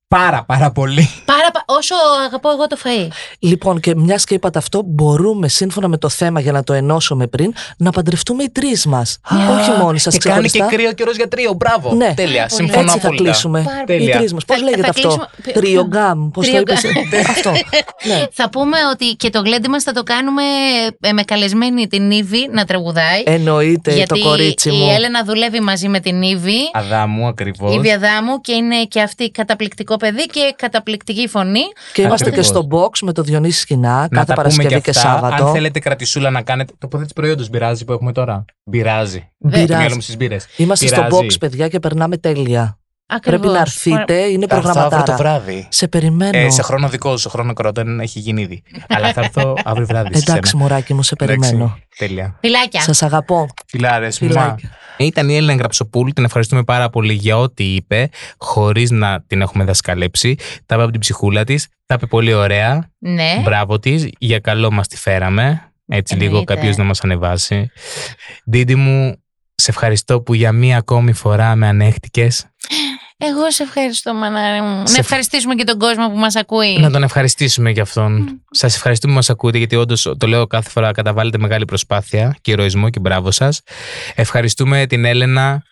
[SPEAKER 7] Πάρα, πάρα πολύ.
[SPEAKER 5] Πάρα, πα- όσο αγαπώ εγώ το φαΐ.
[SPEAKER 2] Λοιπόν, και μιας και είπατε αυτό, μπορούμε σύμφωνα με το θέμα για να το ενώσουμε πριν να παντρευτούμε οι τρεις μας. Όχι μόνοι σας
[SPEAKER 7] Και κάνει και
[SPEAKER 2] ξεχωριστά.
[SPEAKER 7] κρύο καιρό για τρίο. Μπράβο.
[SPEAKER 2] Ναι.
[SPEAKER 7] Τέλεια.
[SPEAKER 5] Πολύ.
[SPEAKER 7] Συμφωνώ
[SPEAKER 2] Έτσι θα
[SPEAKER 7] απόλυτα.
[SPEAKER 2] κλείσουμε.
[SPEAKER 5] Πάρα
[SPEAKER 2] Οι
[SPEAKER 7] πολύ.
[SPEAKER 2] τρεις μας. Πώς
[SPEAKER 5] Θα-
[SPEAKER 2] λέγεται
[SPEAKER 5] θα
[SPEAKER 2] αυτό.
[SPEAKER 5] κλείσουμε-
[SPEAKER 2] Τριογκάμ. Πώ το είπες.
[SPEAKER 5] Τριογκάμ.
[SPEAKER 2] Αυτό. Ναι.
[SPEAKER 5] Θα πούμε ότι και το γλέντι μας θα το κάνουμε ε, με καλεσμένη την Ήβη να τραγουδάει.
[SPEAKER 2] Εννοείται Ε, το κορίτσι μου.
[SPEAKER 5] η Έλενα δουλεύει μαζί με την Ήβη.
[SPEAKER 7] Αδάμου ακριβώς.
[SPEAKER 5] Η Βιαδάμου και είναι και αυτή καταπληκτικό παιδί και καταπληκτική φωνή.
[SPEAKER 2] Και είμαστε και
[SPEAKER 7] Ακριβώς.
[SPEAKER 2] στο box με το Διονύση Σκινά
[SPEAKER 7] Να
[SPEAKER 2] κάθε
[SPEAKER 7] τα πούμε και
[SPEAKER 2] Παρασκευή και
[SPEAKER 7] αυτά.
[SPEAKER 2] Σάββατο.
[SPEAKER 7] Αν θέλετε κρατησούλα να κάνετε. Το ποδέ τη προϊόντος πειράζει που έχουμε τώρα. Πειράζει.
[SPEAKER 2] Πειράζει.
[SPEAKER 7] Το μυαλό μου στις μπύρες.
[SPEAKER 2] Είμαστε στο
[SPEAKER 7] Πειράζει.
[SPEAKER 2] box, παιδιά, και περνάμε τέλεια.
[SPEAKER 5] Ακριβώς.
[SPEAKER 2] Πρέπει να έρθετε, είναι προγραμματάρα.
[SPEAKER 7] βράδυ.
[SPEAKER 2] Σε περιμένω.
[SPEAKER 7] Ε, σε χρόνο δικό σου, σε χρόνο κρότων έχει γίνει ήδη. Αλλά θα έρθω αύριο βράδυ. σε
[SPEAKER 2] Εντάξει,
[SPEAKER 7] σένα.
[SPEAKER 2] μωράκι μου, σε
[SPEAKER 7] Εντάξει.
[SPEAKER 2] περιμένω.
[SPEAKER 7] Τέλεια.
[SPEAKER 5] Φιλάκια.
[SPEAKER 2] Σας αγαπώ.
[SPEAKER 7] Φιλάρες,
[SPEAKER 2] Φιλάκια.
[SPEAKER 4] Ήταν η Έλληνα Γραψοπούλου, την ευχαριστούμε πάρα πολύ για ό,τι είπε, χωρίς να την έχουμε δασκαλέψει. Τα είπε από την ψυχούλα της, τα είπε πολύ ωραία.
[SPEAKER 5] Ναι.
[SPEAKER 4] Μπράβο της, για καλό μας τη φέραμε. Έτσι λίγο
[SPEAKER 5] Εννοείται.
[SPEAKER 4] κάποιος να μας ανεβάσει. Ντίντι μου, σε ευχαριστώ που για μία ακόμη φορά με ανέχτηκες.
[SPEAKER 5] Εγώ σε ευχαριστώ, μανάρι μου.
[SPEAKER 4] Σε
[SPEAKER 5] Να
[SPEAKER 4] ευχ-
[SPEAKER 5] ευχαριστήσουμε και τον κόσμο που μας ακούει.
[SPEAKER 4] Να τον ευχαριστήσουμε γι' αυτόν. Σας ευχαριστούμε που μας ακούτε, γιατί όντως το λέω κάθε φορά, καταβάλλετε μεγάλη προσπάθεια και ηρωισμό και μπράβο σας. Ευχαριστούμε την Έλενα,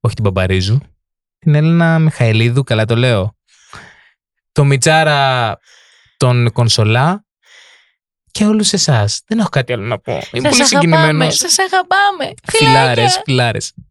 [SPEAKER 4] όχι την Παπαρίζου, την Έλενα Μιχαηλίδου, καλά το λέω. Το Μιτσάρα τον Κονσολά και όλους εσάς. Δεν έχω κάτι άλλο να πω. Είμαι
[SPEAKER 5] Σας
[SPEAKER 4] πολύ συγκινημένο.
[SPEAKER 5] αγαπάμε. Σας αγαπάμε.
[SPEAKER 4] Φιλάρες, φιλάρες.